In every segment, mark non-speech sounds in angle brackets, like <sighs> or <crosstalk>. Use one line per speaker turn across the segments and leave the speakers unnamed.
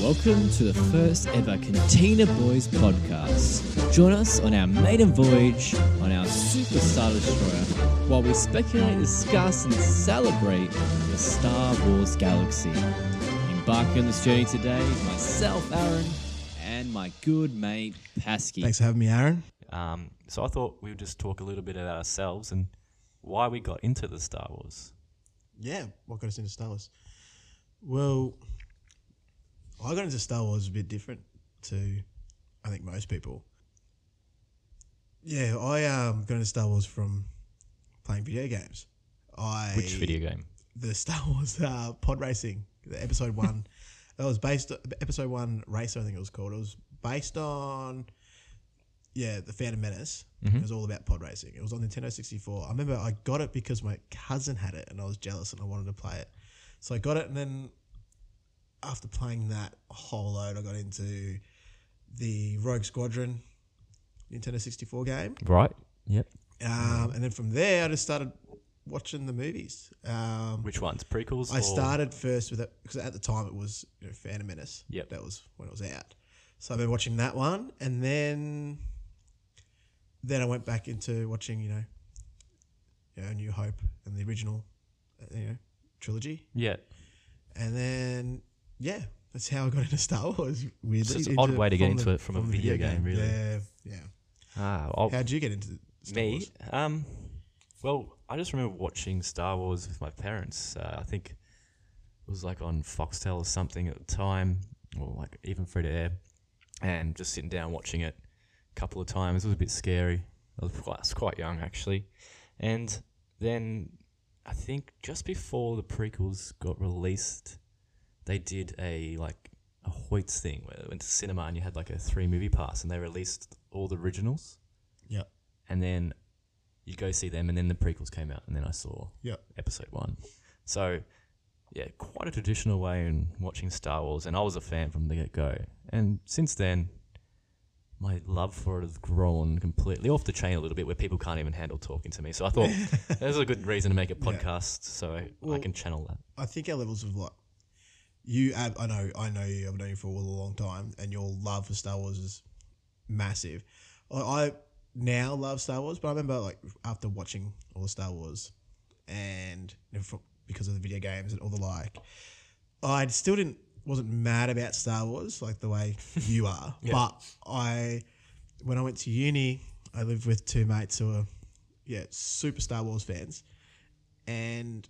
Welcome to the first ever Container Boys podcast. Join us on our maiden voyage on our superstar destroyer while we speculate, discuss, and celebrate the Star Wars galaxy. Embarking on this journey today, myself, Aaron, and my good mate, Pasky.
Thanks for having me, Aaron.
Um, so I thought we would just talk a little bit about ourselves and why we got into the Star Wars.
Yeah, what got us into Star Wars? Well, I got into Star Wars a bit different to, I think, most people. Yeah, I um, got into Star Wars from playing video games. I
Which video game?
the Star <laughs> Wars uh, pod racing, the episode one. that was based episode one racer, I think it was called. It was based on yeah, the Phantom Menace. It was all about pod racing. It was on Nintendo sixty four. I remember I got it because my cousin had it, and I was jealous and I wanted to play it, so I got it. And then after playing that a whole load, I got into the Rogue Squadron Nintendo sixty four game.
Right. Yep.
Um, and then from there, I just started watching the movies. Um,
Which ones? Prequels?
I
or-
started first with it because at the time it was you know, Phantom Menace.
Yep.
That was when it was out. So I've been watching that one, and then then I went back into watching you know, you know New Hope and the original, uh, you know, trilogy,
Yeah.
and then yeah, that's how I got <laughs> into Star Wars. Weirdly,
So it's an odd way to get
from
into it from a video game, really.
Yeah, yeah.
Ah, I'll-
How'd you get into Star
me.
Wars?
Um, well, I just remember watching Star Wars with my parents. Uh, I think it was like on Foxtel or something at the time, or like even free to air, and just sitting down watching it a couple of times. It was a bit scary. I was quite, I was quite young actually, and then I think just before the prequels got released, they did a like a Hoyts thing where it went to cinema and you had like a three movie pass, and they released all the originals
Yep,
and then you go see them, and then the prequels came out, and then I saw
yep.
episode one. So, yeah, quite a traditional way in watching Star Wars, and I was a fan from the get go. And since then, my love for it has grown completely off the chain a little bit, where people can't even handle talking to me. So I thought there's a good reason to make a podcast, so I
Well-
can channel that.
I think our levels of like you. Ab, I know, I know you. I've known you for a long time, and your love for Star Wars is massive. I, I now love Star Wars, but I remember like after watching all the Star Wars, and you know, fro- because of the video games and all the like, I still didn't wasn't mad about Star Wars like the
<laughs>
way you are. But I, when I went to uni, I lived with two mates who are yeah super Star Wars fans, and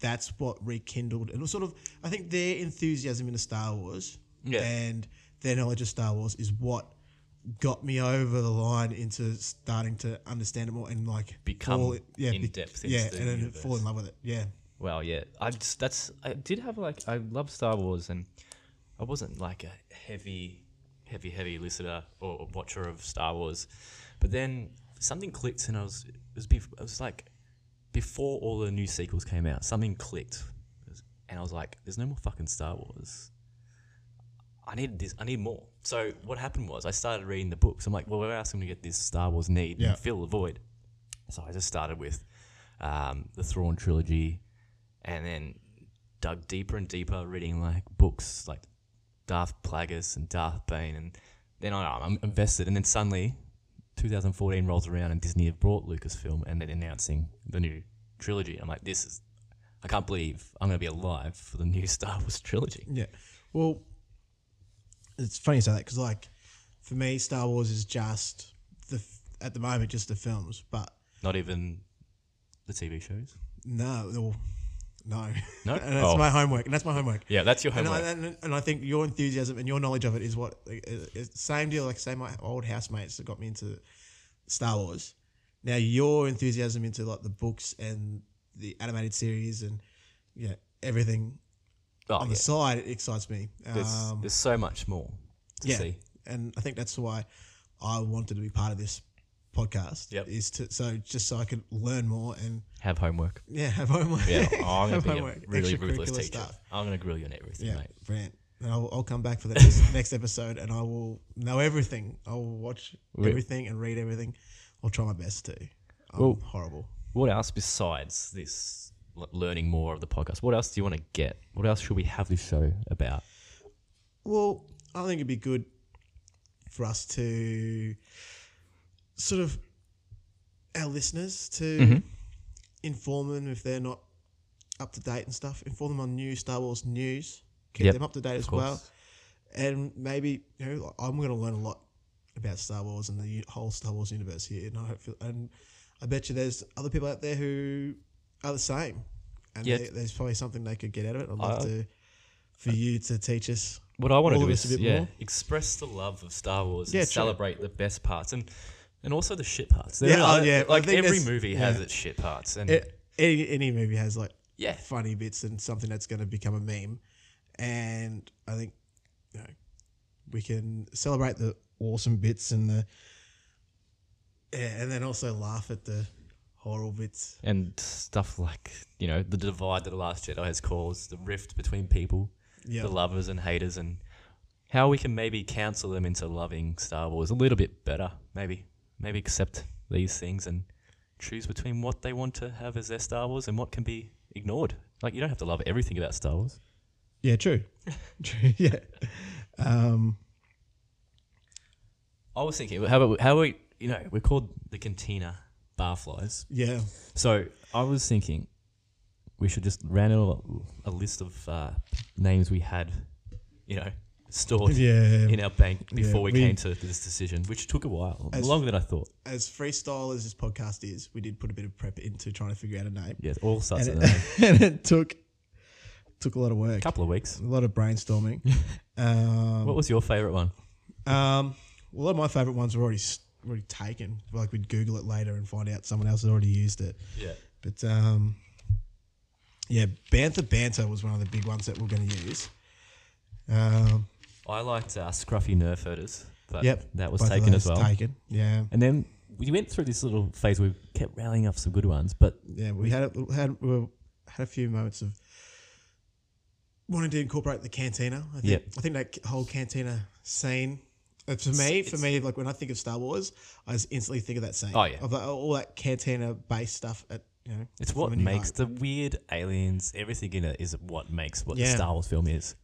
that's what rekindled and sort of I think their enthusiasm into Star Wars
Yeah.
and their knowledge of Star Wars is what got me over the line into starting to understand it more and like
Become
fall- be-
in-depth into
yeah
the
and then fall
universe.
in love with it yeah
Well, yeah, I just that's I did have like I love Star Wars, and I wasn't like a heavy, heavy, heavy listener or watcher of Star Wars, but then something clicked, and I was it was bef- it was like before all the new sequels came out, something clicked, and I was like, "There's no more fucking Star Wars." I need this. I need more. So what happened was I started reading the books. I'm like, well, where else can we get this Star Wars need
Yeah.
and fill the void? So I just started with um, the Thrawn trilogy, and then dug deeper and deeper, reading like books like Darth Plagueis and Darth Bane, and then I, I'm invested. And then suddenly, 2014 rolls around, and Disney have brought Lucasfilm, and then announcing the new trilogy. I'm like, this is. I can't believe I'm going to be alive for the new <laughs> Star Wars trilogy.
Yeah. Well, it's funny you say that because, like, for me, Star Wars is just the f- at the moment just the films, but
Not even the TV shows.
no, well, no, <laughs>
No?
and that's
Oh.
my homework, and that's my homework.
Yeah, that's your
And
homework.
I, and, and I think your enthusiasm and your knowledge of it is what like, it- it's same deal. Like say my old housemates that got me into Star Wars. Now your enthusiasm into like the books and the animated series and yeah everything
oh,
on
yeah.
the side it excites me.
there's,
Um,
there's so much more to see.
And I think that's why I wanted to be part of this podcast.
Yep.
Is to so just so I could learn more and
Have homework.
<laughs> yeah, have homework.
Yeah, oh,
<laughs>
I'm
Have
going to
homework,
be a really ruthless
extracurricular
teacher. I'm going to grill you on everything,
Yeah,
mate.
brilliant. And I'll, I'll come back for the next, <laughs> next episode and I will know everything. I will watch
Re-
everything and read everything. I'll try my best to. I'm
Well-
horrible.
What else besides this l- learning more of the podcast? What else do you want to get? What else should we have this show about?
Well, I think it'd be good for us to sort of our listeners to
Mm-hmm.
inform them if they're not up to date and stuff. Inform them on new Star Wars news. Keep
Yep,
them up to date as
course.
well. And maybe you know, like, I'm going to learn a lot about Star Wars and the u- whole Star Wars universe here. And I hope, and I bet you there's other people out there who are the same. And
Yeah.
they, there's probably something they could get out of it. I'd love
I-
to for you to teach us.
What I want to
All
do
of us
is
a bit
yeah,
more.
express the love of Star Wars
Yeah,
and
true.
celebrate the best parts and and also the shit parts. There
Yeah,
are-
oh, yeah, I
like
think
every
that's-
movie has
yeah.
its shit parts and
A- Any, any movie has like
yeah,
funny bits and something that's going to become a meme. And I think you know, we can celebrate the awesome bits and the yeah, and then also laugh at the horrible bits.
and stuff like you know the divide that the Last Jedi has caused, the rift between people,
Yeah.
the lovers and haters, and how we can maybe counsel them into loving Star Wars a little bit better. Maybe maybe accept these things and choose between what they want to have as their Star Wars and what can be ignored. Like you don't have to love everything about Star Wars.
Yeah,
<laughs>
true. true. Yeah. Um,
I was thinking, how about how we, you know, we're called the Cantina Barflies.
yeah.
So I was thinking, we should just ran out a list of uh, names we had, you know, stored
<laughs> Yeah.
in our bank before we,
we-
came to this decision, which took a while, longer than I thought.
As freestyle as this podcast is, we did put a bit of prep into trying to figure out a name.
Yeah, it all starts
And
with a name.
<laughs> and it took took a lot of work.
couple of weeks.
A lot of
<laughs>
brainstorming. um,
What was your favorite one?
Um, well, a lot of my favorite ones were already s- already taken. Like we'd Google it later and find out someone else had already used it.
Yeah,
But um, yeah, banter banter was one of the big ones that we're going to use. Um,
I liked uh, Scruffy Nerf Herders, but
yep,
that was
both of
taken as
those
well.
Taken, yeah,
And then we went through this little phase where we kept rallying up some good ones, but
yeah. We had a, had we were- had a few moments of wanting to incorporate the cantina. I think
Yep.
I think that c- whole cantina scene. uh, For me, for me, like when I think of Star Wars, I just instantly think of that scene.
Oh, yeah.
of like, all that cantina based stuff at you know.
It's
from
what
A New
makes
Hope.
the weird aliens, everything in it is what makes what the
Yeah.
Star Wars film is.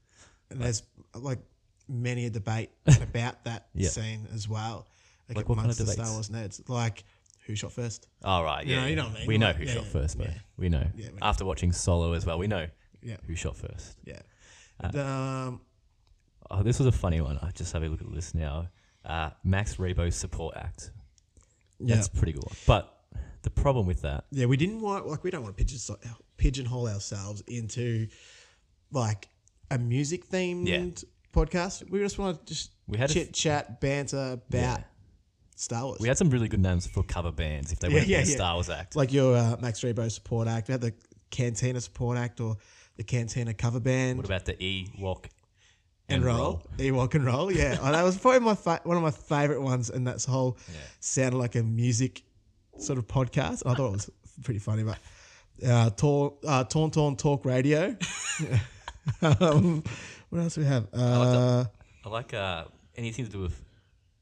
And there's like many a
<laughs>
debate about that
Yeah.
scene as well. Like,
Like, what kind
amongst
of
the Star
debates?
Wars nerds, like who shot first?
All right,
You
yeah,
know- you
yeah.
know what I mean,
we know
like,
who
yeah,
shot
yeah,
first, mate.
yeah.
We know.
Yeah, we know.
After watching Solo as well, we know
Yeah,
who shot first.
yeah.
Uh,
And, um,
Oh, this was a funny one. I just have a look at this now. Uh, Max Rebo's support act.
yeah,
That's a pretty good one. But the problem with that,
yeah. We didn't want like we don't want to pigeon, pigeonhole ourselves into like a music themed podcast. We just want to just
We had a f-
chit chat banter about
Yeah.
Star Wars.
we had some really good names for cover bands if they went
yeah,
to the
yeah.
Star Wars act.
like your uh, Max Rebo support act. We had the Cantina support act or the Cantina cover band.
what about the E Walk
and roll, Ewok and roll. Yeah, oh, that
<laughs>
was probably my fa- one of my favorite ones, and that's whole sounded like a music sort of podcast. I thought it was <laughs> pretty funny, but uh, Tor- uh, Torn Torn Talk
<laughs>
Radio. <laughs> um, what else do we have? Uh,
I like uh, anything to do with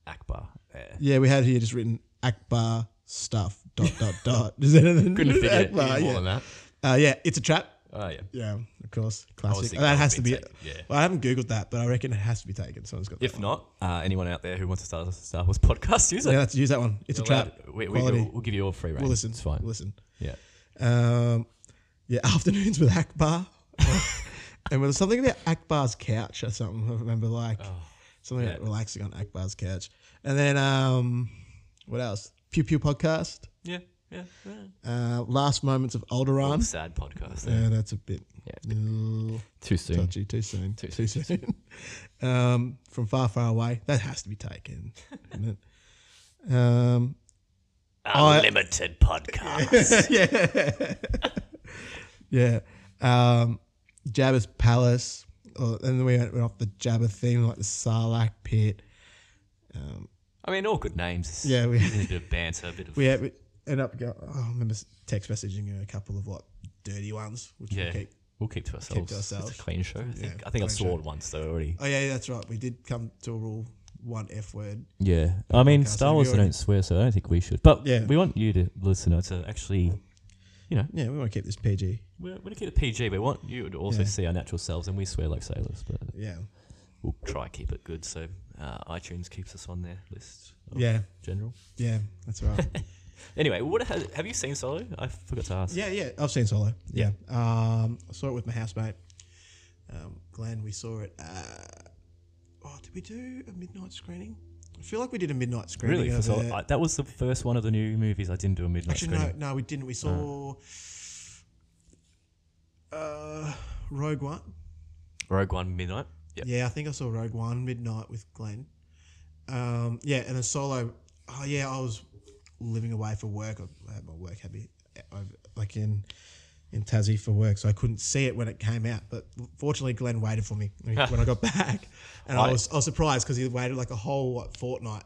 Akbar.
<laughs>
Yeah.
yeah, we had here just written Akbar stuff. Dot dot dot. <laughs> Is that anything?
Couldn't figure it
Akbar,
any more than
yeah.
that.
Uh, yeah, it's a trap.
Oh yeah.
Yeah, of course,
was
classic.
thinking
That
that
has to
would
be.
be taken, yeah.
Well, I haven't googled that, but I reckon it has to be taken. Someone's got.
If
that one.
not, uh, anyone out there who wants to start a Star Wars <laughs> podcast, use it.
yeah, let's use that one. It's a trap.
We, we,
Quality.
we'll, we'll give you all free reign.
We'll listen.
It's fine.
We'll listen.
Yeah.
Um, yeah, <laughs> afternoons with
<laughs>
Akbar. and there was something about Akbar's couch or something. I remember like
Oh,
something about relaxing on Akbar's couch. And then um, what else? Pew Pew podcast.
Yeah. Yeah.
Uh, last moments of Alderaan.
Sad podcast.
Yeah, that's a bit
Yeah.
ooh,
Too soon.
touchy. Too soon. Too, soon. <laughs> um, from far, far away. That has to be taken.
<laughs>
isn't it? Um,
Unlimited podcast.
<laughs> yeah. yeah. Um, Jabba's Palace. Or, and then we went off the Jabba theme, like the Sarlacc pit.
I mean, all good names.
Yeah, we-
a bit of banter, a bit of
We, had, we ended up going, oh, I remember text messaging you a couple of like dirty ones, which
yeah.
we keep.
We'll keep to ourselves.
ourselves.
It's a clean show. I think.
Yeah,
I think
clean
I've
show.
sworn once though already.
Oh, yeah, yeah, that's right. We did come to a rule one F word.
Yeah. I mean, Star
we
Wars. They
already-
don't swear, so I don't think we should. But
Yeah.
we want you to listener to actually, you know,
Yeah, we want to keep this PG.
we're, we're gonna keep it PG, but we want you to also see our natural selves, and we swear like sailors. But
Yeah.
we'll try keep it good. So uh, iTunes keeps us on their list. of
Yeah,
General.
yeah, that's
<laughs>
right.
Anyway, what has, have you seen Solo? I forgot to ask.
yeah, yeah, I've seen Solo. Yeah, um, I saw it with my housemate, um, Glenn. We saw it. Uh, oh, did we do a midnight screening? I feel like we did a midnight screening.
Really? For
of
Solo?
it.
I, that was the first one of the new movies I didn't do a midnight
Actually,
screening.
no, no, we didn't. We saw uh, Rogue One.
Rogue One midnight. Yep.
Yeah, I think I saw Rogue One midnight with Glenn. Um, yeah, and then Solo. Oh yeah, I was living away for work. I had my work happy over, like in in Tassie for work, so I couldn't see it when it came out. But fortunately, Glenn waited for me when I got <laughs> back, and I,
I-
was I was surprised because he waited like a whole what, fortnight.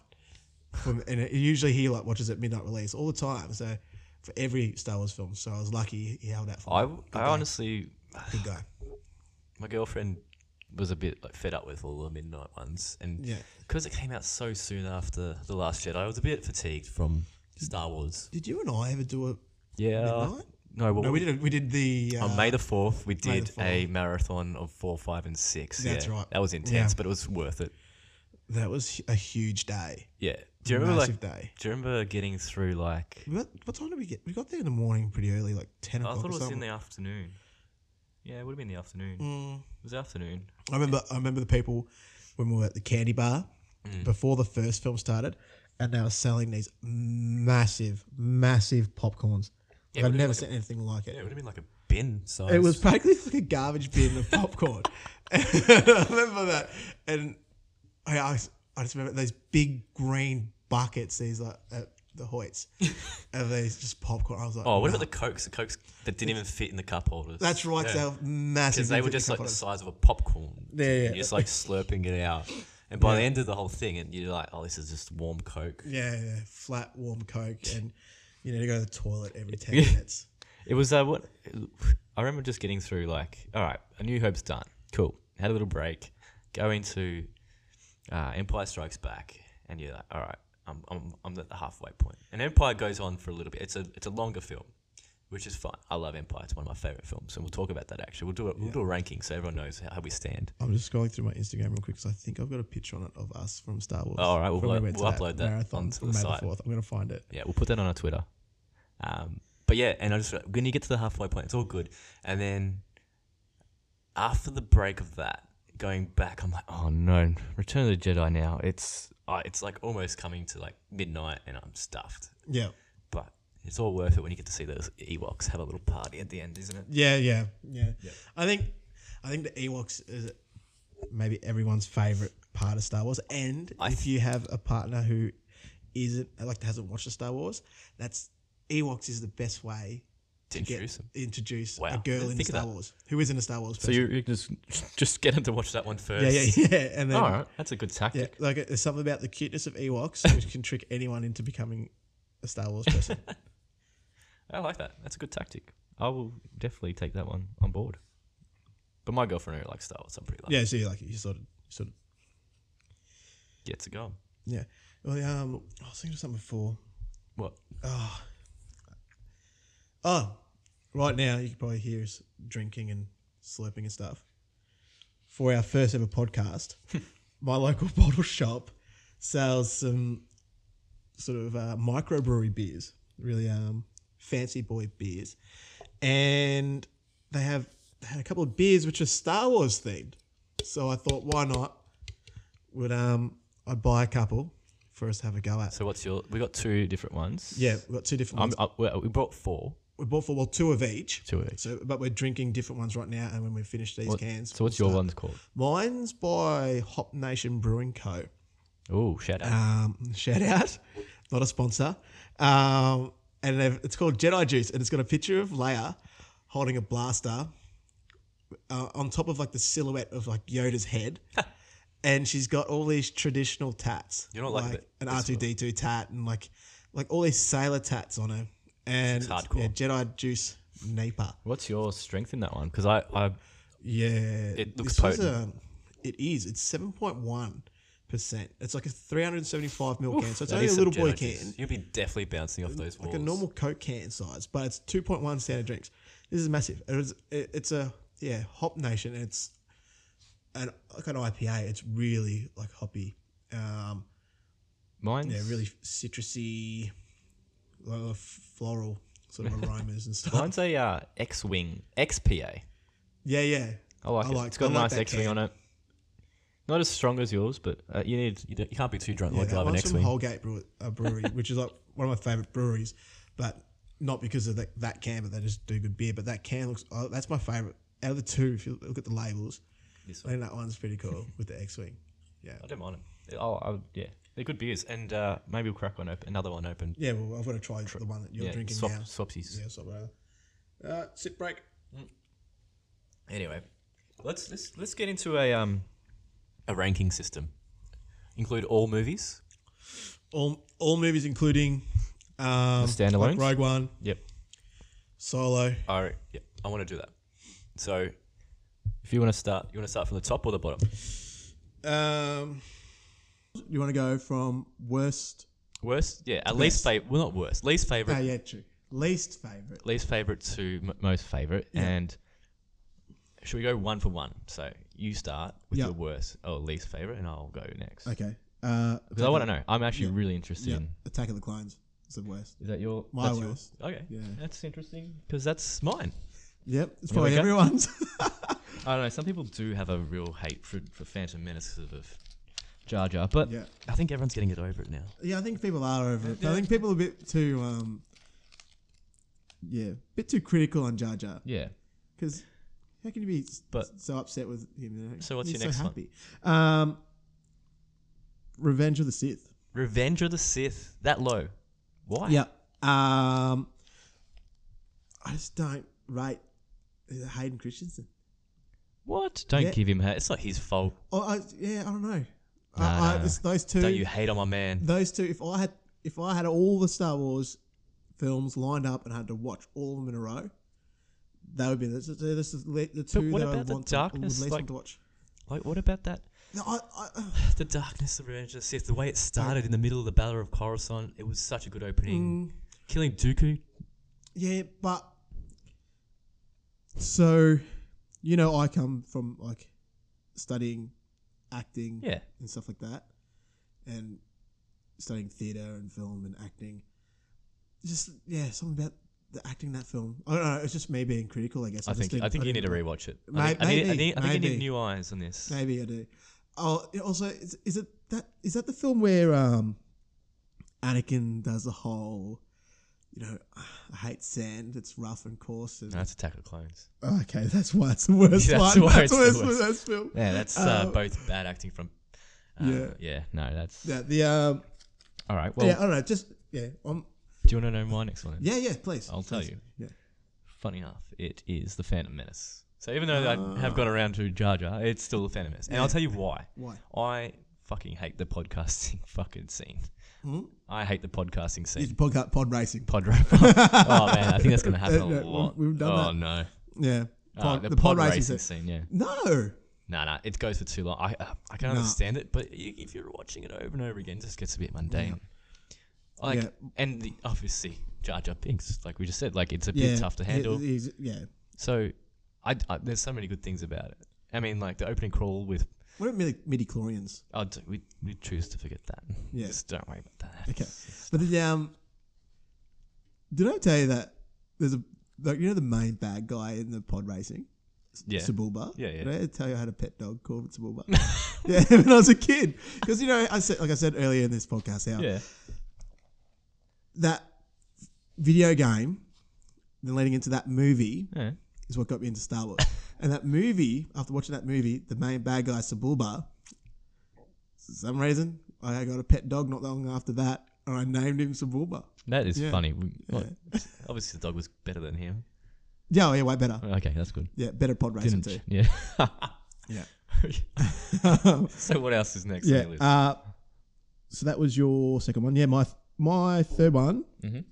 From, and it, usually he like watches at midnight release all the time. So for every Star Wars film, so I was lucky he held out for
I,
me.
I honestly,
Good guy.
my girlfriend was a bit like fed up with all the midnight ones, and
Yeah.
because it came out so soon after the Last Jedi, I was a bit fatigued from Star Wars.
Did you and I ever do a
Yeah.
Midnight?
No, well,
No, we did. A, we did the. Uh,
on May the fourth, we
May
did
the
a marathon of four, five, and six.
That's
yeah,
right.
That was
Yeah.
intense, but it was worth it.
That was a huge day.
Yeah. Do you remember
massive
like?
day.
Do you remember getting through like?
We got, what time did we get? We got there in the morning pretty early, like ten
I
o'clock.
thought
or
it was
something.
in the afternoon. Yeah, it would have been the afternoon.
Mm.
It was afternoon.
I remember. I remember the people when we were at the candy bar
Mm.
before the first film started, and they were selling these massive, massive popcorns. Like, I've never seen anything like it.
Yeah, it would have been like a bin size.
It was practically like a garbage bin of
<laughs>
popcorn. <laughs> I remember that, and I, I, I just remember those big green buckets. These like at the
<laughs>
Hoyts, and these just popcorn. I was like,
Oh, what about the cokes? The cokes that didn't even fit in the cup holders.
That's right,
Yeah.
they're massive.
because they were just like the size of a popcorn.
Yeah, yeah.
And You're just like slurping it out, and by the end of the whole thing, and you're like, "Oh, this is just warm Coke."
yeah, yeah, flat, warm
<laughs>
Coke, and you need to go to the toilet every ten minutes.
It was uh, what I remember just getting through. Like, all right, A New Hope's done. Cool. Had a little break. Go into uh, Empire Strikes Back, and you're like, all right, I'm, I'm, I'm at the halfway point. And Empire goes on for a little bit. It's a it's a longer film, which is fine. I love Empire. It's one of my favorite films, and we'll talk about that actually. We'll do a, we'll do a ranking so everyone knows how, how we stand.
I'm just scrolling through my Instagram real quick because I think I've got a picture on it of us from Star Wars.
all right, we'll,
When we
upload-
went to
we'll upload that
marathon
onto
on
the
May
site.
4th. I'm gonna find it.
Yeah, we'll put that on our Twitter. Um, but yeah, and I just when you get to the halfway point, it's all good. And then after the break of that, going back, I'm like, oh no, Return of the Jedi. Now it's uh, it's like almost coming to like midnight, and I'm stuffed.
Yeah,
But it's all worth it when you get to see those Ewoks have a little party at the end, isn't it?
yeah, yeah, yeah. I think, I think the Ewoks is maybe everyone's favorite part of Star Wars. And if you have a partner who isn't like hasn't watched the Star Wars, that's Ewoks is the best way
To
get-
introduce them.
introduce
Wow.
a girl in
Think of
Star
that.
Wars who isn't a Star Wars
So
person.
you, you just just get them to watch that one first.
yeah, yeah, <laughs> yeah. And then
All right, that's a good tactic.
yeah, like there's something about the cuteness of Ewoks which can trick anyone into becoming a Star Wars
<laughs>
person.
I like that. That's a good tactic. I will definitely take that one on board. But my girlfriend really likes Star Wars. I'm pretty lucky.
yeah, so you like you sort of sort of
Gets it going.
yeah. Well, um, I was thinking of something before.
What?
Oh, right now you can probably hear us drinking and slurping and stuff. For our first ever podcast, my local <laughs> bottle shop sells some sort of uh, microbrewery beers, really um, fancy boy beers, and they have they had a couple of beers which are Star Wars themed. So I thought, why not? Would um, I buy a couple for us to have a go at?
So what's your? We got two different ones.
Yeah, we've got two different
I'm,
ones.
I, we we brought four.
we bought for well two of each.
Two of each.
So, but we're drinking different ones right now, and when we finish these
What-
cans,
So what's your one's called?
Mine's by Hop Nation Brewing Co.
Oh, shout out.
Um, <laughs> shout out, not a sponsor. Um, and they've- it's called Jedi Juice, and it's got a picture of Leia holding a blaster uh, on top of like the silhouette of like Yoda's
<laughs>
head. And she's got all these traditional tats.
You're not liking it.
an R two D two tat and like like all these sailor tats on her. And
It's
it's-
hardcore.
yeah, Jedi Juice Napa.
what's your strength in that one? Because I, I,
Yeah,
It looks
this was
potent.
a- it is. It's seven point one percent. It's like a three hundred and seventy-five ml can, so it's
that
only a
is some
little boy
Jedi
can,
juice. You'll be definitely bouncing off those walls.
like a normal Coke can size, but it's two point one standard drinks. This is massive. It was, it, it's a yeah Hop Nation, and it's and like an IPA, it's really like hoppy. Um,
Mine's
yeah, really citrusy, uh, floral sort
<laughs>
of aromas and stuff.
Mine's a uh, X-wing XPA.
Yeah, yeah.
I like
I
it.
like-
it's got
I
a
like
nice
that
X wing
can.
on it. Not as strong as yours, but uh, you need you, don't- you can't be too drunk
yeah
while
that
driving
one's
X
from
wing.
Holgate Brew- uh, Brewery, which is like one of my favorite breweries, but not because of that, that can, but they just do good beer. But that can looks oh, that's my favorite out of the two. If you look at the labels,
This
I think that one's pretty
<laughs>
cool with the X Wing. Yeah,
I don't mind them. Oh, I, would- yeah, they're good beers, and uh, maybe we'll crack one open, another one open.
yeah. Well, I've got to try the one that you're
yeah,
drinking
swap,
now.
swapsies.
Yeah, so rather. Uh, sip break.
Anyway, let's let's let's get into a um a ranking system. Include all movies.
All all movies, including um,
standalones?
like Rogue One,
Yep.
Solo.
All right. Yep. I want to do that. So, if you want to start, you want to start from the top or the bottom?
Um, you want to go from worst?
Worst. Yeah. At least favorite. Well, not worst. Least favorite.
Oh, yeah, true. Least favorite.
least favorite to m- most favorite, and should we go one for one? So you start with
Yeah.
your worst or least favorite, and I'll go next
Okay. Uh,
because I want to know. I'm actually really interested in.
Attack of the Clones is the worst.
Is that your
My
that's your-
worst.
okay,
Yeah.
that's interesting because that's mine.
Yep, it's
we
probably
go. <laughs>
everyone's.
I don't know. Some people do have a real hate for for Phantom Menace because of Jar Jar, but
Yeah.
I think everyone's getting it over it now.
yeah, I think people are over it. But I think people are a bit too, um, yeah, a bit too critical on Jar Jar.
Yeah.
Because how can you be s-
But-
so upset with him? You know?
So what's
He's
your next
so
one?
happy. Um, Revenge of the Sith.
Revenge of the Sith that low. Why?
Yeah. Um, I just don't rate Hayden Christensen.
What? Don't
Yeah.
give him hate. It's not his fault.
Oh, I, yeah, I don't know.
Nah,
I, I,
nah,
it's those two.
Don't you hate on my man?
those two if i had if i had all the star wars films lined up and had to watch all of them in a row that would be this is, this is le- the two
what
that I
about the
want
darkness,
to, would least
like-
want to watch
Like, what about that?
no, I, I, <sighs> uh,
The darkness of Revenge of the Sith, the way it started in the middle of the Battle of Coruscant, it was such a good
Mm.
opening. Killing Dooku.
yeah but so you know i come from like studying acting
Yeah.
and stuff like that, and studying theater and film and acting. Just yeah, something about the acting in that film. I don't know. It's just me being critical, I guess.
I
just
think I think you need to
didn't-
rewatch it.
May-
I think, I need- I
maybe,
need, I think you need
maybe.
new eyes on this.
Maybe I do. Oh, it also, is, is it that is that the film where um, Anakin does the whole, you know, I hate sand. It's rough and coarse. And,
No, that's Attack of the Clones.
okay, that's why it's the worst
<laughs> Yeah, that's
one.
why
That's
it's
why
the
it's the
worst.
worst film.
Yeah, that's uh,
Uh,
both bad acting from. Uh, yeah.
yeah.
no, that's.
Yeah, the um,
All right, well,
yeah, I don't know. Just yeah, um,
do you want to know my next one?
yeah, yeah. Please,
I'll tell
please.
you.
Yeah.
Funny enough, it is The Phantom Menace. So even though
Ah.
I have gone around to Jar Jar, it's still The Phantom Menace. And I'll tell you why.
Why?
I fucking hate the podcasting <laughs> fucking scene.
Hmm?
I hate the podcasting scene.
It's podcast pod racing.
pod rape. <laughs> oh man, I think
<laughs>
that's gonna happen
Uh,
a
no,
lot.
we've- we've done
oh
that.
no,
Yeah,
Oh,
pod,
the, pod, racing,
racing. se-
scene. Yeah,
No,
no, no, it goes for too long. I uh, I can
No.
understand it, but y if you're watching it over and over again, it just gets a bit mundane. Like,
Yeah.
and the, obviously Jar Jar Binks, like we just said, like it's a
yeah,
bit tough to
he-
handle.
he's- yeah,
So, I, I there's so many good things about it. I mean, like the opening crawl with.
what about midi- midi chlorians?
Oh, d- we we choose to forget that.
Yeah.
Just don't worry about that.
Okay, but the, um, did I tell you that there's a like you know the main bad guy in the pod racing,
Yeah.
Sabulba.
Yeah, yeah.
Did I ever tell you I had a pet dog called
<laughs>
Sabulba? yeah, <laughs> when I was a kid, because you know I said like I said earlier in this podcast how
Yeah.
that video game, then leading into that movie,
Yeah.
is what got me into Star Wars. and that movie, after watching that movie, the main bad guy, Sabulba, for some reason, I got a pet dog not long after that, and I named him Sabulba.
That is
Yeah.
funny. We- well, Obviously, the dog was better than him.
Yeah, oh, yeah, way better.
Okay, that's good.
Yeah, better pod racing too.
Yeah. <laughs>
<laughs> Yeah.
so what else is next
yeah.
on your list?
Uh, so that was your second one. Yeah, my my third one.
Mhm.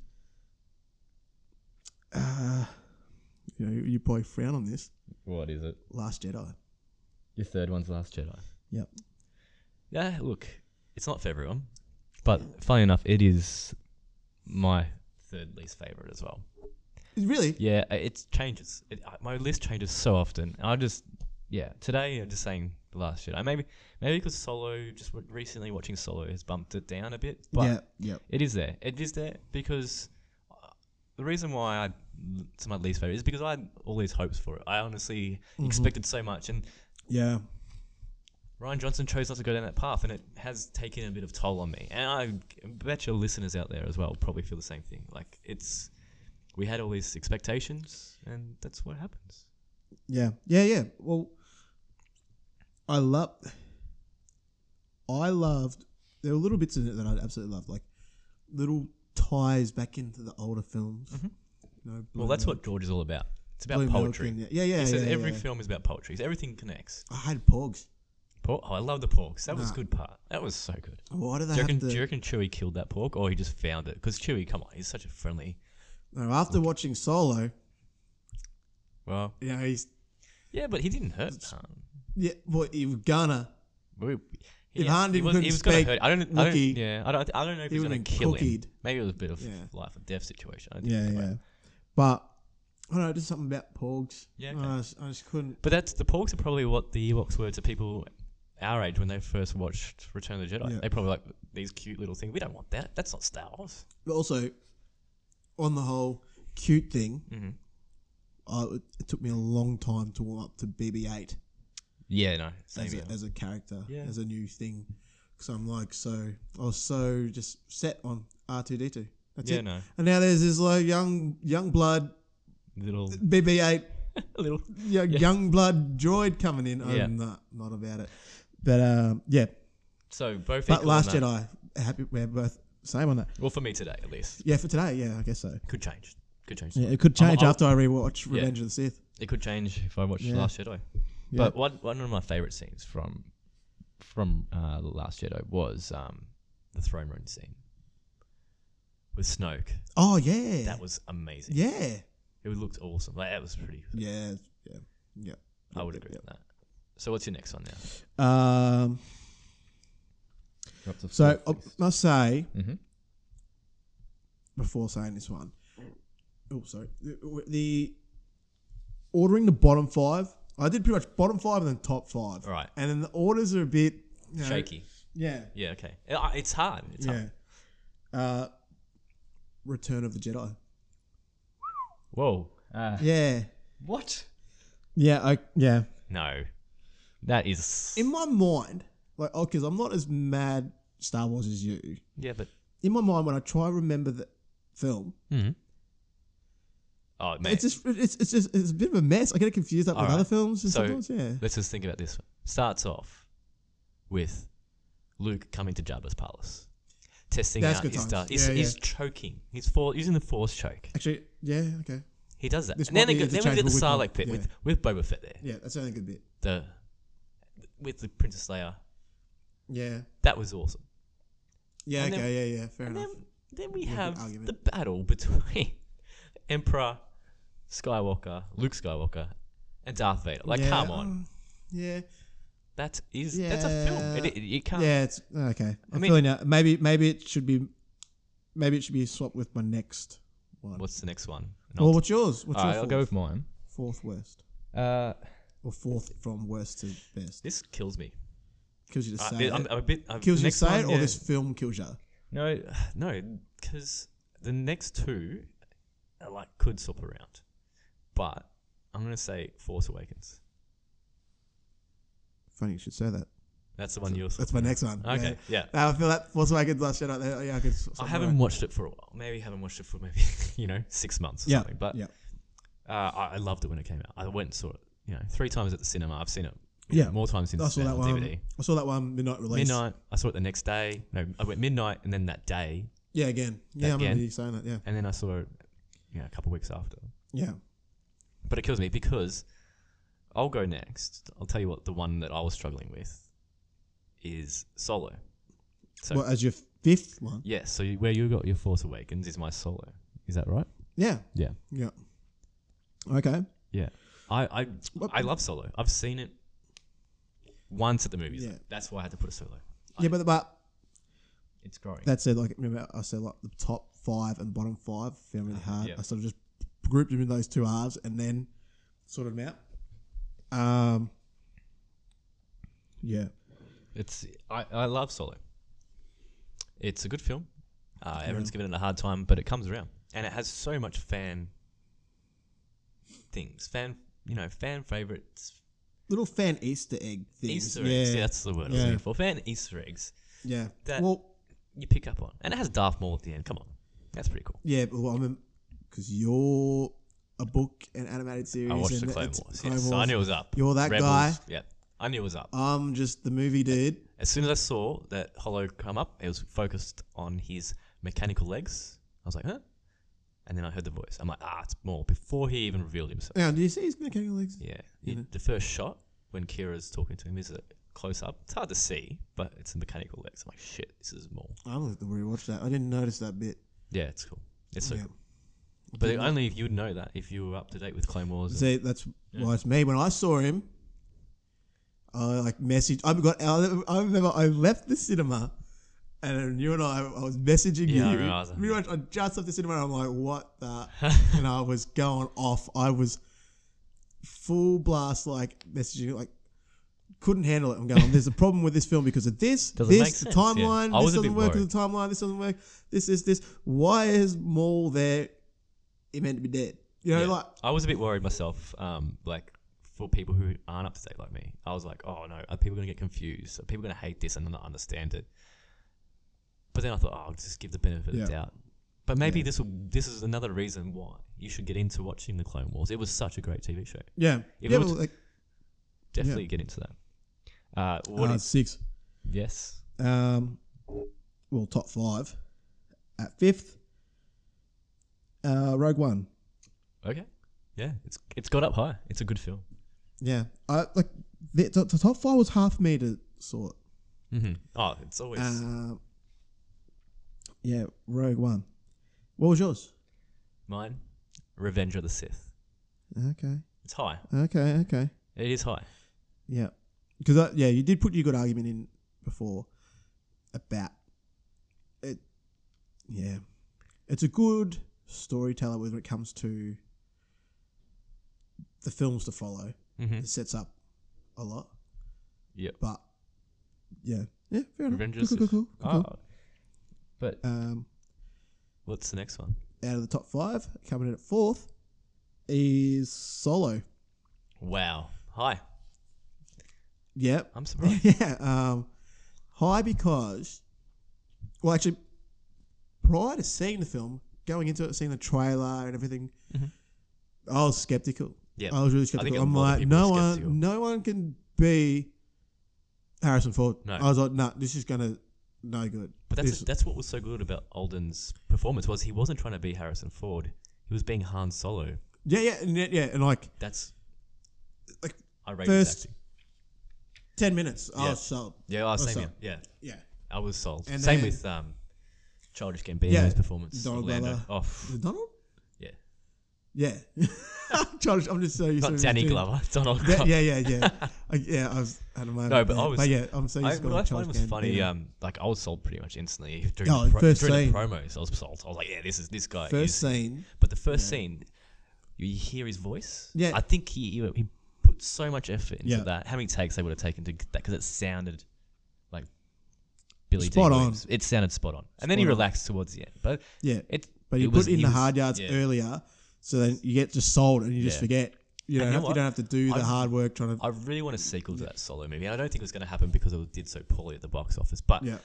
Uh, you know, you, you probably frown on this.
what is it?
Last Jedi.
Your third one's Last Jedi.
Yep.
Yeah, look, it's not for everyone, but funny enough, it is my third least favorite as well. uh,
Really?
Yeah, it changes. It, I- my list changes so often. I just, yeah, today I'm just saying the last Jedi. Maybe maybe because Solo just w- recently watching Solo has bumped it down a bit, but
yeah, yeah.
it is there. It is there because uh, the reason why I it's my least favorite is because I had all these hopes for it. I honestly expected so much, and
Yeah.
Ryan Johnson chose not to go down that path, and it has taken a bit of toll on me. And I bet your listeners out there as well probably feel the same thing. Like it's, we had all these expectations, and that's what happens.
Yeah.
Yeah, yeah. Well, I love.
I loved. There were little bits in it that I absolutely loved, like little ties back into the older films.
Mm-hmm.
You know,
Well, that's what George is all about. It's about
Blue Milk
poetry.
and- yeah, yeah,
he says
yeah,
every
yeah.
film is about poetry. Everything connects.
I had Pogs.
Por- oh, I love the porks. That was a good part. That was so good.
Why do they
Do you,
have
reckon,
to?
do you reckon Chewie killed that pork, or he just found it? Because Chewie, come on, he's such a friendly.
No, after watching Solo,
Well,
you know, he's
yeah, but he didn't hurt Han.
yeah. Well, he was gonna.
We,
If Han didn't-
he was,
couldn't
he was gonna
speak
hurt. I don't. I don't
Wookiee,
yeah, I don't. I don't know if he was gonna
would've been
kill
cookied.
him. Maybe it was a bit of
Yeah.
life and death situation. I don't
Yeah,
think, but-
yeah. But I don't know, just something about Pogs.
Yeah,
I
okay.
just- I just couldn't.
But that's the porks are probably what the Ewoks were to people our age when they first watched Return of the Jedi.
Yeah.
They probably like these cute little things. We don't want that. That's not Star Wars.
But also, on the whole cute thing,
Mm-hmm.
I, it took me a long time to warm up to BB-8
Yeah, no, same
as
here.
a, as a character,
Yeah.
as a new thing. Because I'm like, so I was so just set on R2D2. That's
Yeah,
it.
no,
And now there's this like young young blood
little, <laughs>
BB-8
little.
yeah, young blood droid coming in.
Yeah.
I'm not, not about it. But um, yeah,
So both.
but
equal
Last
on that.
Jedi, happy we're both same on that.
Well, for me today at least,
Yeah, for today, yeah, I guess so.
could change. Could change.
Yeah, it could change
I'll-
after I rewatch Revenge of the Sith.
It could change if I watch Last Jedi. But one one of my favorite scenes from from uh, the Last Jedi was um, the throne room scene with Snoke.
Oh yeah,
That was amazing.
yeah,
It looked awesome. Like that was pretty.
yeah, yeah, yeah.
I would agree with that. So what's your next one now?
Um, so I must say
Mhm.
before saying this one, oh sorry, the, the ordering the bottom five. I did pretty much bottom five and then top five.
All right.
and then the orders are a bit you know,
shaky.
Yeah,
Yeah. Okay. It- uh, It's hard. It's
yeah.
hard.
Uh, Return of the Jedi.
Whoa. Uh,
Yeah,
what?
yeah, I yeah.
No. That is.
in my mind, like, oh, because I'm not as mad Star Wars as you.
Yeah, but.
In my mind, when I try and remember the film,
Oh man.
it's just it's, it's just it's a bit of a mess. I get it confused up with
Alright.
other films and
So-
sometimes, yeah.
Let's just think about this one. Starts off with Luke coming to Jabba's palace, testing
That's
out
good
his
times.
stuff. He's,
Yeah,
he's choking. He's for, using the Force choke.
Actually, yeah, okay,
He does that.
This
and then,
might
they
be
go- then we get the
interchangeable with
Sarlacc pit
my-
with, with Boba Fett there,
yeah, that's the only good bit.
the with the Princess Leia.
Yeah,
That was awesome.
yeah,
And
okay,
then-
yeah, yeah, fair
And
enough.
then, then we
good
have
argument.
the battle between <laughs> Emperor Skywalker, Luke Skywalker, and Darth Vader. Like,
Yeah, um,
come on,
Yeah,
that is that's a film. It,
yeah.
it, you can't.
yeah, it's okay. I'm
mean-
feeling out. Maybe maybe it should be maybe it should be swapped with my next one.
What's the next one?
Well, what's yours? What's
All right,
your
I'll
fourth?
go with mine.
fourth worst
Uh,
or fourth from worst to best?
this kills me.
Kills you to
I,
say.
I'm,
it.
I'm a bit. I'm,
kills you to
Uh, um, next
say
one,
it, or
yeah.
this film kills you.
No, <sighs> no, because the next two, uh, like, could swap around, but I'm gonna say Force Awakens.
Funny you should say that.
That's the one you're.
That's my next one.
Okay, yeah.
Now I feel that Force Awakens last shit out there. Yeah, I could. s-
I
somewhere.
haven't watched it for a while. Maybe haven't watched it for maybe <laughs> you know six months or
Yeah,
something. But
yeah,
uh, I, I loved it when it came out. I went and saw it, you know, three times at the cinema. I've seen it, you know,
yeah.
more times since
I
it's
saw
been
that
on
one.
DVD.
I saw that one midnight release.
Midnight. I saw it the next day. No, I went midnight and then that day,
Yeah, again. Yeah, I
Again.
remember you saying that. Yeah,
and then I saw it, you know, a couple of weeks after.
yeah.
But it kills me because I'll go next. I'll tell you what the one that I was struggling with is Solo. So
Well, as your fifth one.
yeah, so you- where you got your Force Awakens is my Solo. Is that right?
Yeah,
Yeah.
yeah. Okay.
Yeah, I I,
What-
I love Solo. I've seen it once at the movies.
Yeah.
That's why I had to put a Solo.
Yeah, but but
It's growing.
that said, like remember I said like the top five and bottom five found really hard.
Uh-huh. yeah.
I sort of just grouped them in those two halves and then sorted them out. Um, Yeah.
It's I, I love Solo. It's a good film. Uh, everyone's giving it a hard time, but it comes around, and it has so much fan things, fan you know, fan favorites,
Little fan Easter egg things.
Easter
yeah.
eggs. Yeah, that's the word I was
Yeah.
looking for. Fan Easter eggs
Yeah.
that-
well,
you pick up on, and it has Darth Maul at the end. Come on, that's pretty cool.
yeah, but well, I mean, because you're a book and animated series.
I watched
and
the Clone
it's
Wars.
Clone
yes, so I
Wars.
knew it was up.
You're that guy.
Yeah, I knew it was up.
I'm just the movie dude.
As soon as I saw that Hollow come up, it was focused on his mechanical legs. I was like, huh? And then I heard the voice. I'm like, ah, it's Maul. Before he even revealed
<laughs>
himself.
Now, do you see his mechanical legs?
Yeah.
Mm-hmm.
You- The first shot when Kira's talking to him is a close up. It's hard to see, but it's the mechanical legs. I'm like, shit, this is Maul.
I'm gonna have to rewatch that. I didn't notice that bit.
Yeah, it's cool. It's so
Yeah.
cool. But
Mm-hmm.
only if you'd know that if you were up to date with Clone Wars.
See, that's why it's me. When I saw him, I like messaged. I got. I I remember I left the cinema, and you and I, I was messaging
Yeah, I
you.
remember that.
Pretty much, I just left the cinema. and I'm like, what
<laughs>
the? and I was going off. I was full blast, like messaging, like couldn't handle it. I'm going. There's a problem with this film because of this,
<laughs> Doesn't
this
make
the
sense, yeah.
timeline.
I
This
was a
doesn't
bit
work
worried.
with the timeline. This doesn't work. This is this. Why is Maul there? It meant to be dead. You know,
Yeah.
like
I was a bit worried myself, um, like for people who aren't up to date like me. I was like, oh no, are people going to get confused? Are people going to hate this and not understand it? But then I thought, oh, I'll just give the benefit
Yeah.
of doubt. But maybe this will, this is another reason why you should get into watching the Clone Wars. It was such a great TV show.
yeah,
If
yeah,
it was-
but, like,
Definitely get into that. Uh, what
Uh,
is-
six.
yes,
Um, well, top five. At fifth, uh, Rogue One.
okay, yeah, it's it's got up high. It's a good film.
Yeah, I like the, the, the top five was half me to sort.
hmm
Mm-hmm.
Oh, it's always
Um, yeah, Rogue One. What was yours?
mine. Revenge of the Sith.
Okay,
It's high.
okay, okay.
It is high.
Yeah, because yeah, you did put your good argument in before about it. Yeah, it's a good storyteller when it comes to the films to follow.
Mm-hmm.
It sets up a lot, <laughs>
Yep.
but yeah, yeah, fair enough.
Revenge of the
Cool, cool, <laughs>
Sith.
cool, cool, cool.
Oh. But
Um,
what's the next one?
out of the top five, coming in at fourth is Solo.
Wow. Hi.
Yep,
I'm surprised.
<laughs> yeah. Um, high because, well, actually, prior to seeing the film, going into it, seeing the trailer and everything, I was skeptical.
Mm-hmm. Yeah.
I was really
think
skeptical.
a
I'm
lot of
like,
people are
no
skeptical.
one, no one can be Harrison Ford.
No.
I was like, nah, this is gonna no good.
But that's
This-
that's what was so good about Alden's performance was he wasn't trying to be Harrison Ford. He was being Han Solo.
yeah, yeah, and yeah, yeah, and like
That's
Like,
I rated
first-
acting.
ten minutes, I
Yeah.
was sold.
Yeah, I was
Oh,
same
so-
here. Yeah,
Yeah,
I was sold.
And
same
then-
with um, Childish Gambino's
Yeah,
performance.
Donald
Orlando.
Glover.
Oh,
Was
pff,
it Donald?
yeah.
Yeah, <laughs> Charles, I'm just so used
Not
to
Danny
doing-
Glover. <laughs> Donald
Yeah,
Glover.
yeah, yeah, yeah. I, yeah, I was out of my
No, but I was-
yeah, I'm so
I,
used to
what I
going
find
Charles
was funny,
Gambino.
um, like I was sold pretty much instantly during,
Oh,
the, pro-
first
during
scene.
the promos. I was sold. I was like, yeah, this is this guy.
First
is-
scene.
But the first scene, you hear his voice.
Yeah.
I think he he- he put so much effort into
Yeah.
that. How many takes they would have taken to get that? Because it sounded like Billy
Spot on.
It sounded spot on. And then he
Spot on.
relaxed towards the end. But
Yeah,
it
but you
it
put
was-
in
he
the
was-
hard yards
yeah.
earlier, so then you get just sold and you just
Yeah.
forget. You don't,
you know
have, you
what?
don't have to do the
I-
hard work trying to.
I really want a sequel to that solo movie. And I don't think it was going to happen because it did so poorly at the box office. But
yeah,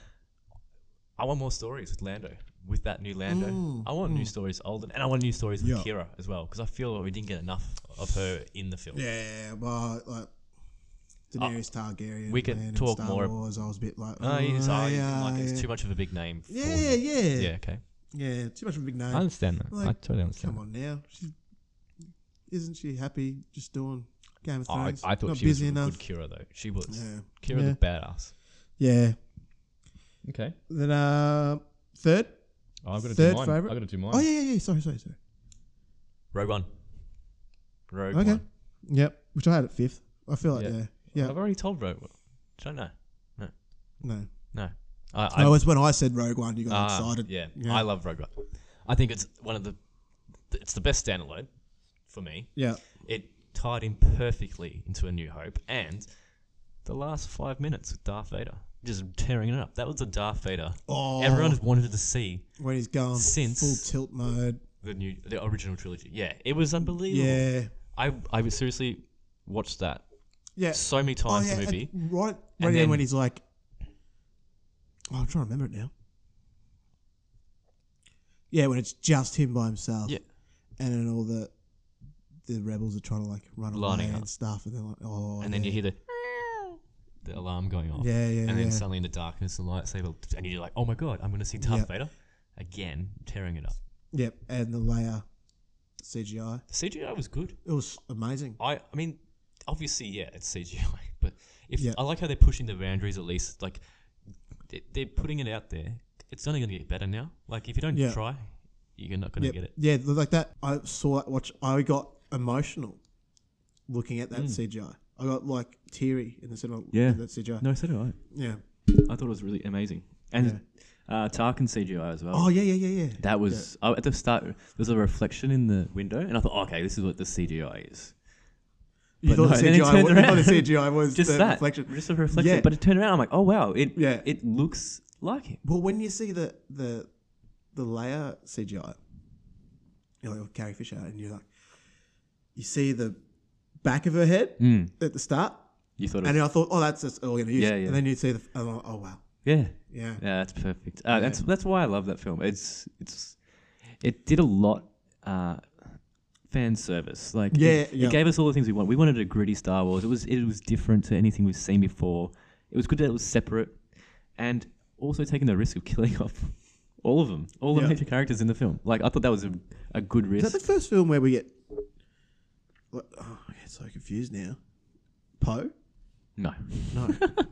I want more stories with Lando, with that new Lando. I want
Mm.
new stories, Alden, and I want new stories with
Yeah.
Kira as well because I feel we didn't get enough of her in the film.
yeah, but like Daenerys Targaryen.
we could
man, in
talk
Star
more ab-
Wars, I was a bit like,
Oh, you just, oh, you didn't
yeah,
like it.
yeah.
It's too much of a big name. for
Mm, yeah,
you.
yeah, yeah,
Yeah, okay.
yeah, Too much of a big name.
I understand that.
like,
I totally understand.
Come on now, she's isn't she happy just doing Game of
that. I,
Thrones?
I thought
Not
she was
busy
a
enough.
good Kira though. She was
Yeah.
Kira
Yeah.
the badass.
Yeah.
Okay,
Then uh, third.
I've got to
Third
do mine.
favourite?
I've got to do mine.
Oh yeah, yeah, yeah. Sorry, sorry, sorry.
Rogue One. Rogue
Okay.
One.
Yep. Which I had at fifth. I feel like
Yeah.
yeah, yeah.
I've already told Rogue One. Don't know.
No,
No. I, I,
no. It was when I said Rogue One, you got
ah,
excited.
Yeah,
Yeah.
I love Rogue One. I think it's one of the. It's the best standalone for me.
Yeah.
It tied in perfectly into A New Hope, and
the last five minutes with Darth Vader, just tearing it up. That was the Darth Vader
Oh,
everyone has wanted to see
when he's going
Since-
full tilt mode.
the new, the original trilogy. Yeah, it was unbelievable.
Yeah,
I, I would seriously watched that
yeah.
so many
Oh,
times.
yeah,
the
at-
movie.
right, right
then-
then, when he's like, oh, I'm trying to remember it now. Yeah, when it's just him by himself.
Yeah.
and then all the the rebels are trying to like run
Lining
away
up.
and stuff, and they're like, oh,
and then you hear the the alarm going off.
Yeah, yeah,
And then
yeah.
suddenly in the darkness, the lightsaber, and you're like, oh my god, I'm going to see Darth
Yep.
Vader again, tearing it up.
yep, and the layer CGI.
The CGI was good.
It was amazing.
I, I mean, obviously, yeah, it's <laughs> CGI, but if
Yeah.
I like how they're pushing the boundaries at least, like they, they're putting it out there. It's only going to get better now. Like if you don't
Yeah.
try, you're not going to
Yep.
get it.
Yeah, like that. I saw that watch. I got emotional looking at that CGI. I got like teary in the cinema.
Hmm. Yeah.
Yeah, that CGI.
No, so do I.
Yeah.
I thought it was really amazing. And uh, Tarkin CGI as well.
Oh yeah, yeah, yeah, yeah.
That was I, at the start. There was a reflection in the window, and I thought, okay, this is what the CGI is.
You
But
thought,
no,
the
then it
CGI
turned
was, you thought
around.
the CGI was
<laughs> Just
the
that
reflection.
just a reflection.
Yeah.
But it turned around. I'm like, oh wow, it
Yeah.
it looks like it.
Well, when you see the the the layer CGI, you know, Carrie Fisher, and you're like, you see the back of her head at the start,
You thought, it
Mm. and
was,
then I thought, oh, that's just all we're gonna use.
Yeah, yeah.
And then you see the, and I'm like, oh wow,
yeah,
yeah,
yeah, that's perfect. Uh, That's that's why I love that film. It's it's it did a lot. Uh, fan service like
Yeah,
it,
yeah.
it gave us all the things we want we wanted a gritty star wars it was it was different to anything we've seen before it was good that it was separate and also taking the risk of killing <laughs> off all of them all the
Yeah.
major characters in the film like i thought that was a, a good
Is
risk
that the first film where we get? What, oh, I get so confused now. Poe?
no
<laughs> No.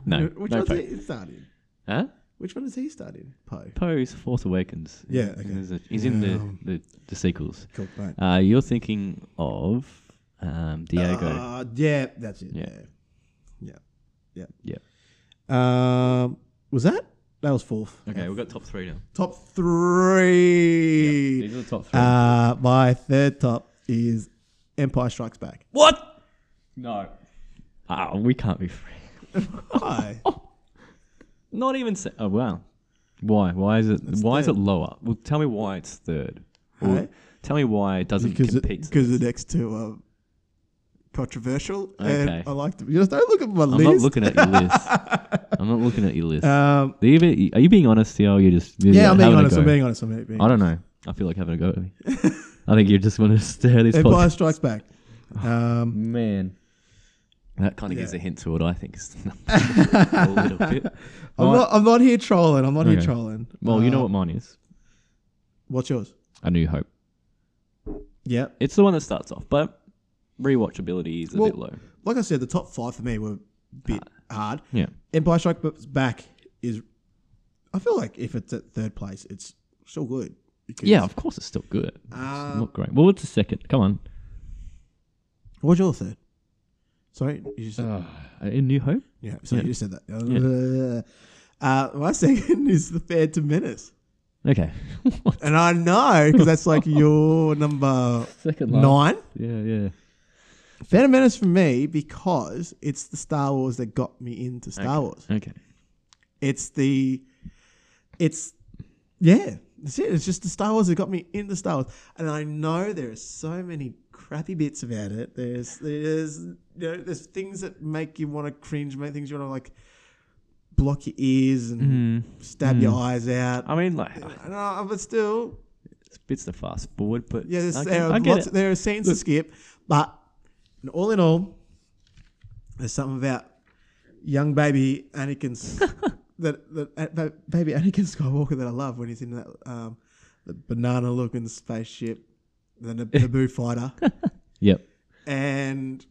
no
Which
no
one's
Poe.
he start in?
huh
Which one does he start in? Poe.
Poe's Force Awakens.
Yeah,
And
okay.
there's a- he's in
Yeah.
the, the, the sequels.
Cool, mate.
Uh, you're thinking of um, Diego.
Uh, yeah, that's it.
Yeah.
Yeah. Yeah.
Yeah.
Um, was that? That was fourth.
okay, we've got top three now.
Top three.
These are the top three.
Uh, my third top is Empire Strikes
<laughs>
Back.
what? No. Ah, we can't be free.
Why?
Not even. Se- oh wow. Why? Why is it? why is it lower? Well, tell me why it's third. Or
Hey?
Tell me why it doesn't
because it-
compete.
because the next two are controversial,
Okay.
and I like them. You just don't look at my
I'm not
list.
looking at
<laughs>
your list. I'm not looking at your list.
um,
are, you, be- are you being honest, Theo? You're just you're
yeah, I'm being
having a
honest.
go?
I'm being honest. I'm being.
I don't know. I feel like having a go at
<laughs>
me. I think you just want to stare at this
Empire
podcast.
Strikes
<sighs>
Back. Um,
Man. That kind of gives a
Yeah.
hint to what I think
<laughs>
is the number. a little bit.
I'm not. I'm not here trolling. I'm not here
Okay.
trolling.
Well, you know
Uh,
what mine is?
What's yours?
A New Hope.
Yeah.
It's the one that starts off, but rewatchability is a
Well-
bit low.
Like I said, the top five for me were a bit hard.
Uh, Yeah.
Empire Strikes Back is. I feel like if it's at third place, it's still good. because-
Yeah, of course it's still good. It's
Uh,
not great. Well, what's the second? Come on.
What's your third? Sorry, you just said,
A New Hope?
yeah. Sorry, you just said that. Uh, my <laughs> second is the Phantom Menace,
Okay.
and I know because that's
<laughs>
like your number
second
nine.
Yeah, yeah.
Phantom Menace for me because it's the Star Wars that got me into Star Wars.
Okay.
It's the, it's, yeah, that's it. It's just the Star Wars that got me into Star Wars, and I know there are so many crappy bits about it. There's there's you know there's things that make you want to cringe, make things you want to like block your ears and
Mm-hmm.
stab your
Mm.
eyes out.
I mean, like,
I know, but still,
it's bits to fast forward, but
yeah, there's,
I,
there,
get, I
are
get
lots,
it.
there are scenes to skip, but all in all, there's something about young baby Anakin
<laughs>
S- that, that, uh, ba- baby Anakin Skywalker that I love when he's in that um, the banana looking spaceship, the Nab- Naboo fighter,
<laughs> Yep.
and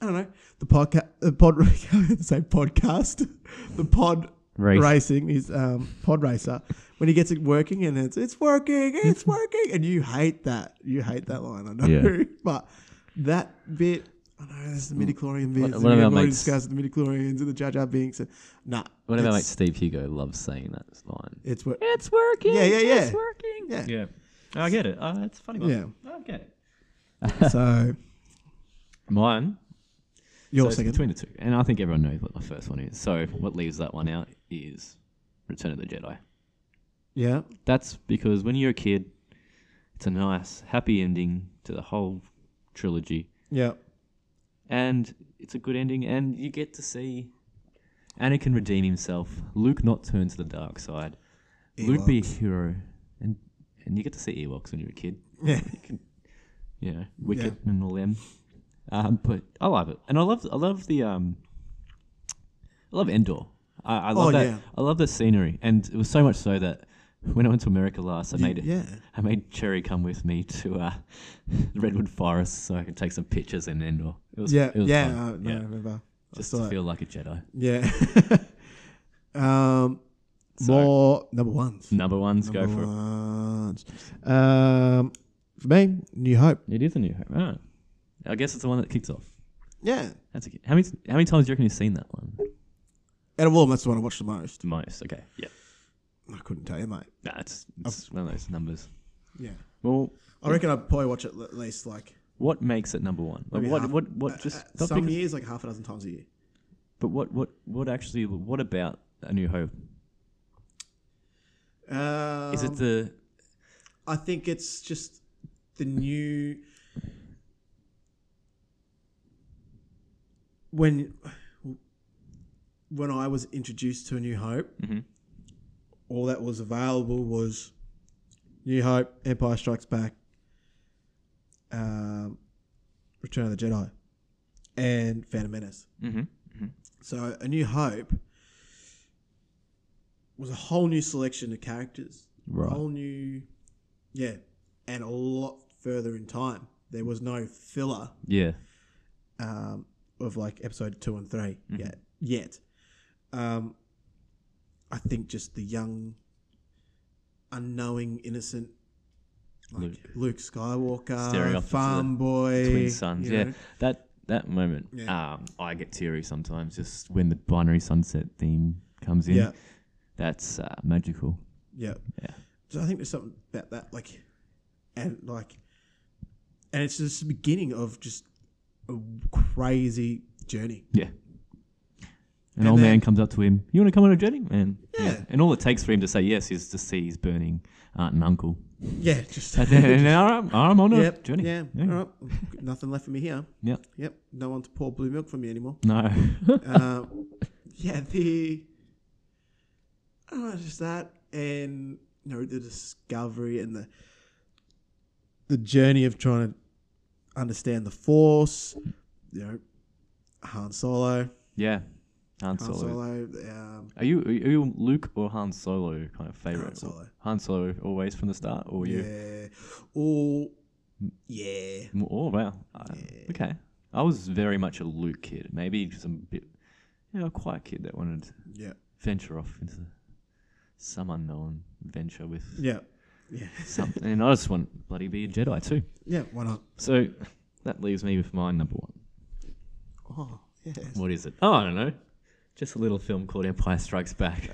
I don't know the podcast, the pod, <laughs> I was gonna say podcast, <laughs> the pod.
Race.
Racing is um, pod racer when he gets it working and it's it's working
<laughs>
it's working and you hate that you hate that line I know
Yeah.
<laughs> but that bit I know there's the midichlorian bits and
one of
we
our
haven't already
mates-
discussed the midichlorians and the Jar Jar Binks and nah
One of our mates,
it's,
Steve Hugo, loves saying that line.
it's
<laughs>
what
It's working.
Yeah, yeah, yeah.
It's working.
Yeah.
Yeah. I get it. Uh, it's funny.
yeah
I get it.
so
Mine
Your
so it's
second.
between the two, and I think everyone knows what the first one is. So what leaves that one out is Return of the Jedi.
yeah.
That's because when you're a kid, it's a nice, happy ending to the whole trilogy,
Yeah.
and it's a good ending, and you get to see Anakin redeem himself, Luke not turn to the dark side, Luke be a hero, and and you get to see Ewoks when you're a kid.
Yeah.
you know, Wicket and all them. Um, but I love it, and I love I love the um, I love Endor. I, I love
Oh,
that.
yeah.
I love the scenery, and it was so much so that when I went to America last, I made
<laughs>
it.
Yeah.
I made Cherry come with me to uh, <laughs> the Redwood Forest so I could take some pictures in Endor. It was
Yeah.
it was
yeah.
fun.
I, no, I remember. I
just
saw
to
it.
feel like a Jedi.
Yeah. <laughs> um, more number ones.
Number ones, Mm, go for it.
ones. Um, for me, New Hope.
It is a new hope. Oh. I guess it's the one that kicks off.
Yeah.
That's a, how many how many times do you reckon you've seen that one?
Out of all, of them, that's the one I watched the most.
The most. Okay. Yeah.
I couldn't tell you, mate.
Nah, it's, it's one of those numbers.
Yeah.
Well,
I reckon I'd probably watch it at least like
What makes it number one? Like
Maybe
what,
half- Uh,
what, what? Just not
some
because-
years, like half a dozen times a year.
But what, what, what actually? What about A New Hope?
Um,
Is it the?
I think it's just the new when when I was introduced to A New Hope, all that was available was New Hope, Empire Strikes Back, um, Return of the Jedi, and Phantom Menace.
Mhm,
So A New Hope was a whole new selection of characters,
Right.
whole new, yeah, and a lot further in time. There was no filler
Yeah,
um, of like episode two and 3
Mm-hmm.
yet. Yet, um, I think just the young, unknowing, innocent like Luke,
Luke. Staring
Skywalker,
off into
farm boy,
twin sons.
you
Yeah,
know.
that that moment.
Yeah.
Um, I get teary sometimes just when the binary sunset theme comes in.
Yeah.
That's uh, magical.
Yeah.
Yeah.
So I think there's something about that, like, and like, and it's just the beginning of just a crazy journey.
Yeah. An
And
old
then-
man comes up to him. You want to come on a journey, man?
Yeah.
And all it takes for him to say yes is to see his burning aunt and
<laughs>
uncle.
Yeah.
<laughs>
Just.
And then, I'm, I'm on a
Yep,
Oh, journey.
Yeah.
Yeah.
All right. Nothing left for me here.
<laughs> Yep.
Yep. No one to pour blue milk for me
<laughs>
anymore.
<laughs> No.
uh, yeah. The. I don't know, just that, and you know, the discovery and the. The journey of trying to understand the force, you know, Han Solo.
Yeah, Han
Han
Solo.
Solo. Um,
Are you are you Luke or Han Solo kind of favorite?
Han Solo.
Han Solo always from the start, or you?
yeah. Or yeah.
M- Oh wow. Uh, Okay, I was very much a Luke kid. Maybe just a bit, you know, a quiet kid that wanted to
Yeah.
venture off into some unknown venture with
<laughs> Yeah.
something. and I just want to bloody be a Jedi too.
Yeah. Why not?
So that leaves me with my number one.
Oh yeah.
What is it? Oh, I don't know. Just a little film called Empire Strikes Back.
<laughs>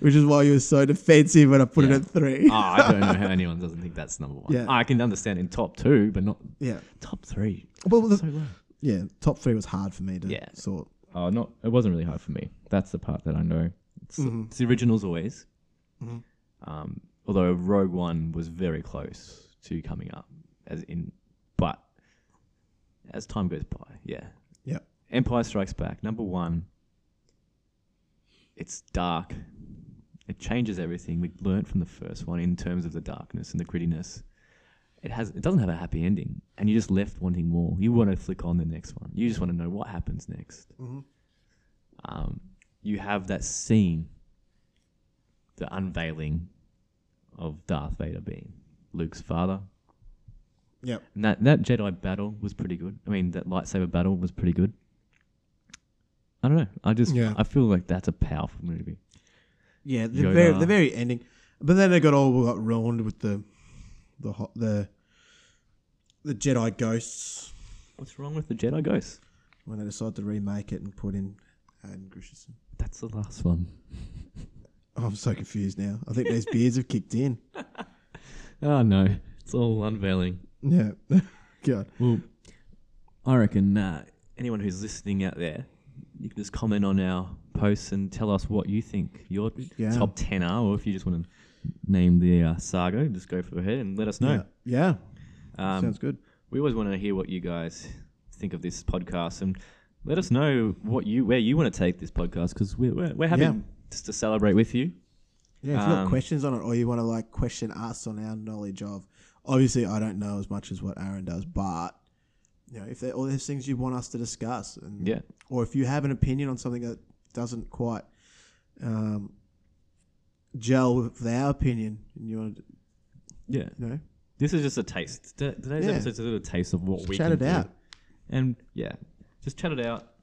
Which is why you were so defensive when I put
Yeah.
it at three.
Oh, I don't know how anyone doesn't think that's number one.
Yeah.
I can understand in top two, but not
<laughs> Yeah.
top three.
Well, the,
So low.
yeah. Top three was hard for me to
Yeah.
sort.
Oh, not. It wasn't really hard for me. That's the part that I know. It's,
Mhm.
it's the originals always. Um, although Rogue One was very close to coming up, as in, but as time goes by, yeah,
Yeah.
Empire Strikes Back number one. It's dark. It changes everything. We learned from the first one in terms of the darkness and the grittiness. It has. It doesn't have a happy ending, and you're just left wanting more. You want to flick on the next one. You just want to know what happens next um, you have that scene, the unveiling of Darth Vader being Luke's father.
Yep.
And that, that Jedi battle was pretty good. I mean, that lightsaber battle was pretty good. I don't know. I just,
Yeah.
I feel like that's a powerful movie.
Yeah. The
Yoda.
very the very ending, but then they got all got ruined with the the ho- the the Jedi ghosts
What's wrong with the Jedi Ghost?
when they decided to remake it and put in Hayden Christensen.
That's the last one.
Oh, I'm so confused now. I think
<laughs>
those beards have kicked in.
Oh, no. It's all unveiling.
Yeah. <laughs> God.
Well, I reckon uh, anyone who's listening out there, you can just comment on our posts and tell us what you think your
Yeah.
top 10 are, or if you just want to name the uh, saga, just go for ahead and let us know.
Yeah.
Um,
Sounds good.
we always want to hear what you guys think of this podcast and let us know what you where you want to take this podcast because we're, we're, we're happy
Yeah.
just to celebrate with you.
Yeah, if you've got
Um,
questions on it or you want to like question us on our knowledge of, obviously I don't know as much as what Aaron does, but you know if there all there's things you want us to discuss, and
Yeah.
or if you have an opinion on something that doesn't quite um, gel with our opinion, and you want to
Yeah.
you know
This is just a taste. T- Today's
Yeah.
episode's a little taste of what we
chat
can
it
do.
out.
and yeah, just chat it out.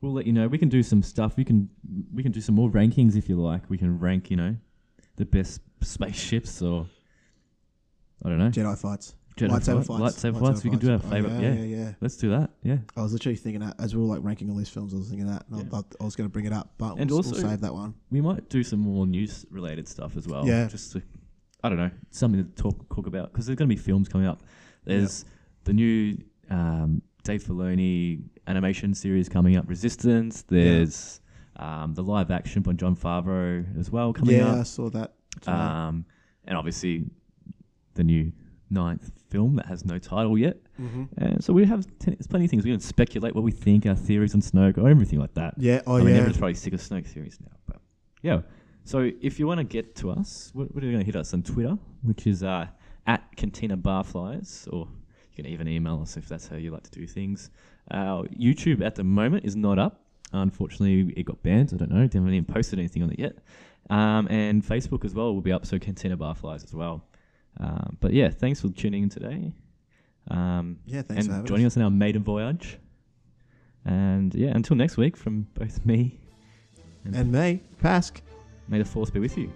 We'll let you know. We can do some stuff. We can we can do some more rankings if you like. We can rank, you know, the best spaceships or I don't know.
Jedi fights,
Jedi
lightsaber
fight-
fights, Oh,
lightsaber fights, we could do our favorite-
yeah,
yeah.
yeah, yeah.
Let's do that. Yeah.
I was literally thinking that as we were like ranking all these films, I was thinking that, and I- I, I was going to bring it up, but
And
we'll,
also-
we'll save that one.
We might do some more news related stuff as well.
Yeah.
Just to, I don't know, something to talk talk about because there's going to be films coming up. There's the new um, Dave Filoni animation series coming up, Resistance. There's um, the live action by John Favreau as well coming
yeah,
up.
I saw that.
Um, and obviously, the new ninth film that has no title yet.
Mm-hmm.
And so we have t- plenty of things. We can speculate what we think, our theories on Snoke, or everything like that.
yeah, oh
I mean,
yeah.
everyone's probably sick of Snoke theories now. But yeah. So if you want to get to us, what, what are you going to hit us on Twitter, which is uh, at Cantina Barflies, or you can even email us if that's how you like to do things. Our YouTube at the moment is not up. Unfortunately, it got banned. I don't know. They haven't even posted anything on it yet. Um, and Facebook as well will be up. So Cantina Barflies as well. Um, but yeah, thanks for tuning in today. Um,
Yeah, thanks for
and
having
joining us in our maiden voyage. And yeah, until next week, from both me,
and me, Pask.
may the force be with you.